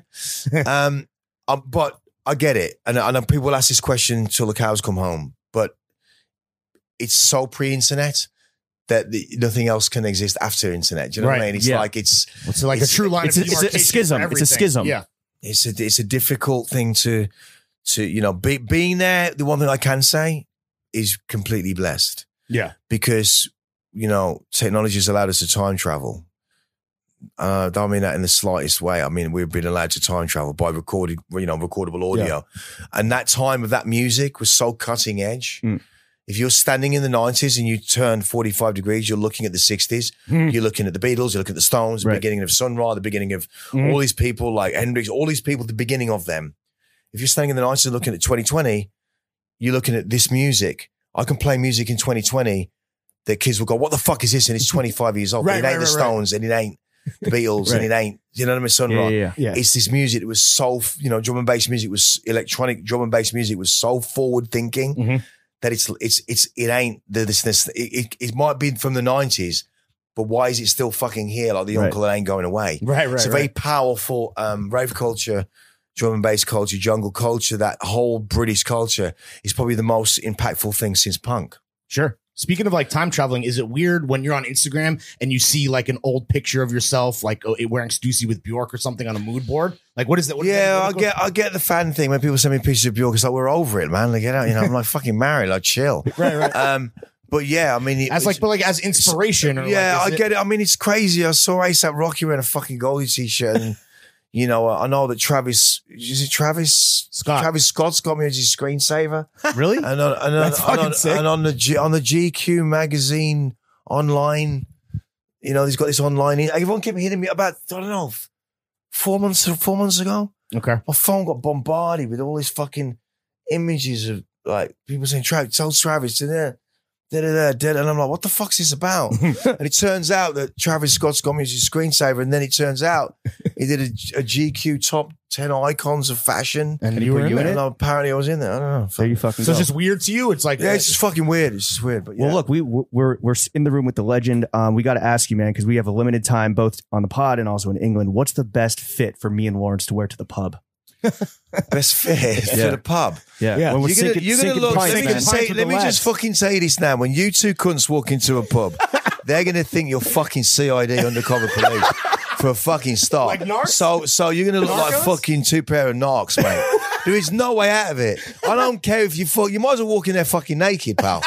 [SPEAKER 2] um, um, but I get it. And, and people ask this question till the cows come home, but it's so pre internet that the, nothing else can exist after internet. Do you know what
[SPEAKER 3] Right.
[SPEAKER 2] I mean? It's
[SPEAKER 1] Yeah.
[SPEAKER 2] like, it's,
[SPEAKER 3] It's like
[SPEAKER 2] It's-
[SPEAKER 3] a true line
[SPEAKER 1] it's
[SPEAKER 3] of
[SPEAKER 1] a- it's a
[SPEAKER 3] demarcation for
[SPEAKER 1] schism. It's a
[SPEAKER 3] everything.
[SPEAKER 1] schism.
[SPEAKER 3] Yeah.
[SPEAKER 2] it's a, it's a difficult thing to, to, you know, be, being there. The one thing I can say is completely blessed
[SPEAKER 3] Yeah.
[SPEAKER 2] because you know technology's allowed us to time travel. Uh, I don't mean that in the slightest way. I mean we've been allowed to time travel by recorded, you know, recordable audio, and that time of that music was so cutting edge.
[SPEAKER 3] Hmm.
[SPEAKER 1] Mm.
[SPEAKER 2] If you're standing in the '90s and you turn 45 degrees, you're looking at the '60s.
[SPEAKER 3] Mm.
[SPEAKER 2] You're looking at the Beatles. You're looking at the Stones. The
[SPEAKER 1] Right.
[SPEAKER 2] beginning of Sun Ra. The beginning of
[SPEAKER 3] Mm.
[SPEAKER 2] all these people like Hendrix. All these people. The beginning of them. If you're standing in the '90s and looking at 2020, you're looking at this music. I can play music in 2020 the kids will go, "What the fuck is this?" And it's 25 years old.
[SPEAKER 3] Right,
[SPEAKER 2] but it ain't
[SPEAKER 3] <laughs> right,
[SPEAKER 2] the
[SPEAKER 3] right, right.
[SPEAKER 2] Stones, and it ain't the Beatles and it ain't. You know what I mean? Sun
[SPEAKER 1] Yeah,
[SPEAKER 2] Ra.
[SPEAKER 1] yeah,
[SPEAKER 3] yeah.
[SPEAKER 2] It's this music that was soul, you know, drum and bass music was electronic drum and bass music was so forward thinking
[SPEAKER 3] Mhm.
[SPEAKER 2] that it's it's it's it ain't the this this it, it, it might be from the nineties, but why is it still fucking here? Like the
[SPEAKER 1] Right.
[SPEAKER 2] uncle that ain't going away.
[SPEAKER 3] Right, right,
[SPEAKER 2] it's a very powerful um, rave culture, drum and bass culture, jungle culture. That whole British culture is probably the most impactful thing since punk.
[SPEAKER 3] Sure. Speaking of like time traveling, is it weird when you're on Instagram and you see like an old picture of yourself, like oh, it- wearing Stussy with Bjork or something on a mood board? Like, what is that? What is
[SPEAKER 2] yeah,
[SPEAKER 3] that-
[SPEAKER 2] I
[SPEAKER 3] what-
[SPEAKER 2] get I get the fan thing when people send me pictures of Bjork. It's like we're over it, man. Like get out, you know.
[SPEAKER 3] <laughs>
[SPEAKER 2] I'm like fucking married, like chill.
[SPEAKER 3] Right, right.
[SPEAKER 2] Um, but yeah, I mean, it-
[SPEAKER 3] As like, but like as inspiration. Or like,
[SPEAKER 2] yeah,
[SPEAKER 3] is
[SPEAKER 2] I get it. I mean, it's crazy. I saw ASAP Rocky wearing a fucking Goldie t-shirt, and <laughs> you know, uh, I know that Travis is it Travis
[SPEAKER 3] Scott.
[SPEAKER 2] Travis Scott's got me as his screensaver.
[SPEAKER 3] really?
[SPEAKER 2] and on and on,
[SPEAKER 3] That's
[SPEAKER 2] and
[SPEAKER 3] fucking
[SPEAKER 2] on,
[SPEAKER 3] sick.
[SPEAKER 2] and on the G, on the GQ magazine online, you know, he's got this online. Everyone kept hitting me about I don't know f- four months four months ago.
[SPEAKER 3] Okay.
[SPEAKER 2] My phone got bombarded with all these fucking images of like people saying Travis, tell Travis, da da da da da, da," and I'm like, what the fuck's
[SPEAKER 1] <laughs>
[SPEAKER 2] this about? and it turns out that Travis Scott's got me as his screensaver, and then it
[SPEAKER 1] <laughs>
[SPEAKER 2] turns out he did a, a GQ top ten icons of fashion.
[SPEAKER 3] And
[SPEAKER 1] you were in
[SPEAKER 2] And apparently I was in there. I don't know.
[SPEAKER 1] There you fucking
[SPEAKER 3] So it's
[SPEAKER 1] go.
[SPEAKER 3] just weird to you. It's like uh,
[SPEAKER 2] Yeah, it's just fucking weird. It's just weird. But yeah.
[SPEAKER 1] Well, look, we we're we're in the room with the legend. Um, we got to ask you, man, because we have a limited time both on the pod and also in England. What's the best fit for me and Lawrence to wear to the pub?
[SPEAKER 2] best
[SPEAKER 1] <laughs>
[SPEAKER 2] fit
[SPEAKER 1] Yeah.
[SPEAKER 2] to the pub.
[SPEAKER 3] Yeah.
[SPEAKER 1] when we're
[SPEAKER 2] You're gonna,
[SPEAKER 1] sinking-
[SPEAKER 2] you're gonna
[SPEAKER 1] sinking
[SPEAKER 2] look.
[SPEAKER 1] pints,
[SPEAKER 2] let me
[SPEAKER 1] man.
[SPEAKER 2] just say.
[SPEAKER 3] Pints with
[SPEAKER 2] Let
[SPEAKER 3] the
[SPEAKER 2] me
[SPEAKER 3] lads.
[SPEAKER 2] just fucking say this now. When you two cunts walk into a pub, they're gonna think you're fucking CID undercover police for a fucking start.
[SPEAKER 3] Like narcs?
[SPEAKER 2] So, so you're gonna look like
[SPEAKER 3] Narcos?
[SPEAKER 2] fucking two pair of narcs, mate. there is no way out of it. I don't care if you fuck. You might as well walk in there fucking naked, pal.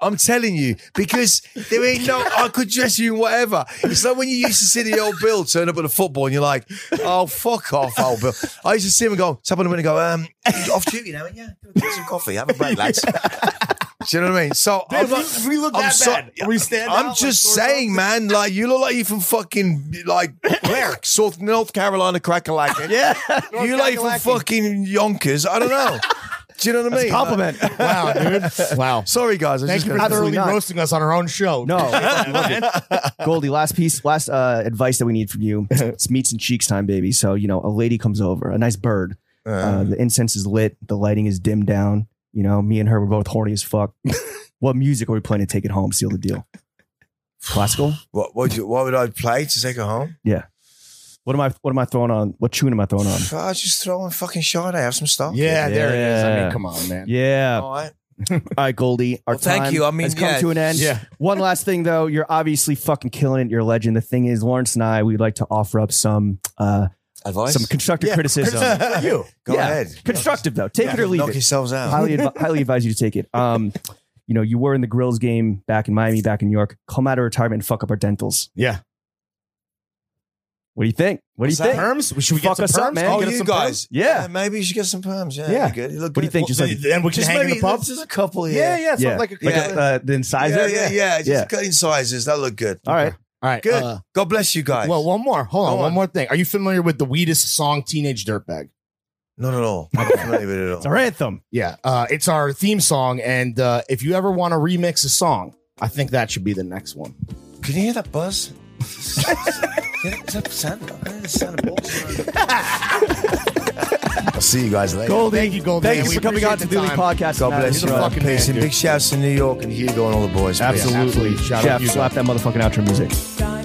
[SPEAKER 2] I'm telling you, because there ain't no, I could dress you in whatever. It's like when you used to see the old Bill turn up at a football and you're like, oh, fuck off, old Bill. I used to see him and go, tap on the window and go, um, off duty now, ain't you? Go Get some coffee, have a break, lads. <laughs> Do you know what I mean? So
[SPEAKER 3] Dude,
[SPEAKER 2] I'm
[SPEAKER 3] we-
[SPEAKER 2] not,
[SPEAKER 3] we look
[SPEAKER 2] I'm
[SPEAKER 3] that
[SPEAKER 2] so-
[SPEAKER 3] bad. We stand out
[SPEAKER 2] I'm
[SPEAKER 3] like
[SPEAKER 2] just
[SPEAKER 3] Lord
[SPEAKER 2] saying, man, like, you look like you from fucking, like, where? <laughs> South, North Carolina, Crackalack. Yeah. You like from
[SPEAKER 3] Crackalacky.
[SPEAKER 2] fucking Yonkers. I don't know. Do you know what I mean?
[SPEAKER 1] compliment.
[SPEAKER 3] wow, dude. Wow.
[SPEAKER 2] Sorry, guys. I
[SPEAKER 3] Thank
[SPEAKER 2] just
[SPEAKER 3] you
[SPEAKER 2] gotta-
[SPEAKER 3] for
[SPEAKER 1] Absolutely
[SPEAKER 3] thoroughly
[SPEAKER 1] not.
[SPEAKER 3] roasting us on our own show.
[SPEAKER 2] <laughs>
[SPEAKER 1] No, I love it. Goldie, last piece, last uh, advice that we need from
[SPEAKER 2] <laughs>
[SPEAKER 1] you. It's meats and cheeks time, baby. So you know, a lady comes over, a nice bird.
[SPEAKER 2] Um, Uh-huh.
[SPEAKER 1] Uh, the incense is lit, the lighting is dimmed down. You know, me and her were both horny as
[SPEAKER 2] <laughs>
[SPEAKER 1] fuck. what music are we playing to take it home? Seal the deal. Classical.
[SPEAKER 2] What would you? What would I play to take her home?
[SPEAKER 1] What am I? What am I throwing on? What tune am I throwing on?
[SPEAKER 2] I was just throwing fucking Sade. Have some stuff.
[SPEAKER 3] Yeah, there it is. I
[SPEAKER 1] Yeah.
[SPEAKER 3] mean, come on, man.
[SPEAKER 1] Yeah.
[SPEAKER 2] All right.
[SPEAKER 1] All right, Goldie. Our
[SPEAKER 2] Oh. Well, thank
[SPEAKER 1] time
[SPEAKER 2] you. I mean,
[SPEAKER 1] has come
[SPEAKER 2] yeah.
[SPEAKER 1] to an end.
[SPEAKER 3] Yeah.
[SPEAKER 1] One last thing, though. You're obviously fucking killing it. You're a legend. The thing is, Lawrence and I, we'd like to offer up some uh,
[SPEAKER 2] Advice.
[SPEAKER 1] some constructive criticism.
[SPEAKER 2] <laughs>
[SPEAKER 3] you.
[SPEAKER 2] Go
[SPEAKER 1] Yeah.
[SPEAKER 2] ahead.
[SPEAKER 1] Constructive though. Take it or leave
[SPEAKER 2] Knock
[SPEAKER 1] it. <laughs>
[SPEAKER 2] yourselves out.
[SPEAKER 1] highly advi- highly advise you to take it. Um, you know, you were in the grills game back in Miami, back in New York. Come out of retirement and fuck up our dentals.
[SPEAKER 3] Yeah.
[SPEAKER 1] What do you think? What do you
[SPEAKER 2] What's that?
[SPEAKER 1] think?
[SPEAKER 3] Perms? Should we
[SPEAKER 1] Fuck
[SPEAKER 3] get
[SPEAKER 1] us
[SPEAKER 3] some
[SPEAKER 1] up,
[SPEAKER 3] perms?
[SPEAKER 1] man.
[SPEAKER 3] Can
[SPEAKER 2] oh,
[SPEAKER 3] we get
[SPEAKER 2] you
[SPEAKER 3] us some
[SPEAKER 2] guys.
[SPEAKER 1] Yeah.
[SPEAKER 2] Uh, maybe you should get some perms. Yeah,
[SPEAKER 3] Yeah.
[SPEAKER 2] yeah. good. You look
[SPEAKER 1] What do you
[SPEAKER 2] good.
[SPEAKER 1] think? Just
[SPEAKER 3] Well,
[SPEAKER 1] like
[SPEAKER 3] then we can
[SPEAKER 2] Just
[SPEAKER 3] hang in
[SPEAKER 2] maybe
[SPEAKER 3] the pub.
[SPEAKER 2] just a couple here.
[SPEAKER 3] Yeah, yeah, it's
[SPEAKER 1] Yeah.
[SPEAKER 3] not like a,
[SPEAKER 1] like
[SPEAKER 2] Yeah.
[SPEAKER 1] a, uh, the incisor.
[SPEAKER 2] yeah, yeah, yeah. Just
[SPEAKER 1] Yeah.
[SPEAKER 2] cutting sizes. That look good.
[SPEAKER 1] All right.
[SPEAKER 3] all right.
[SPEAKER 2] Good.
[SPEAKER 3] uh,
[SPEAKER 2] God bless you guys.
[SPEAKER 3] well,
[SPEAKER 2] Well,
[SPEAKER 3] one more. Hold on,
[SPEAKER 2] Go
[SPEAKER 3] one
[SPEAKER 2] on.
[SPEAKER 3] more thing. Are you familiar with the Weedest song, Teenage Dirtbag?
[SPEAKER 2] not at
[SPEAKER 3] <laughs>
[SPEAKER 2] all. Not familiar at all.
[SPEAKER 1] It's our anthem.
[SPEAKER 3] Yeah, uh, it's our theme song, and uh, if you ever want to remix a song, I think that should be the next one.
[SPEAKER 2] Can you hear that buzz? <laughs> yeah, is that sound? I hear the sound of
[SPEAKER 1] <laughs>
[SPEAKER 2] balls. I'll see you guys later.
[SPEAKER 3] Goldie, thank you, Goldie.
[SPEAKER 1] Thank
[SPEAKER 3] Man,
[SPEAKER 1] you
[SPEAKER 3] we
[SPEAKER 1] for coming on to the Daily
[SPEAKER 3] appreciate time.
[SPEAKER 1] Podcast.
[SPEAKER 2] God
[SPEAKER 1] man.
[SPEAKER 2] bless
[SPEAKER 3] He's a
[SPEAKER 2] you. man.
[SPEAKER 3] fucking
[SPEAKER 2] Peace
[SPEAKER 3] man,
[SPEAKER 2] and
[SPEAKER 3] dude.
[SPEAKER 2] big shouts to New York and Hugo and all the boys. Peace.
[SPEAKER 3] Absolutely.
[SPEAKER 1] Absolutely.
[SPEAKER 3] Shout out
[SPEAKER 1] Jeff,
[SPEAKER 3] Hugo.
[SPEAKER 1] slap that motherfucking outro music.
[SPEAKER 4] Time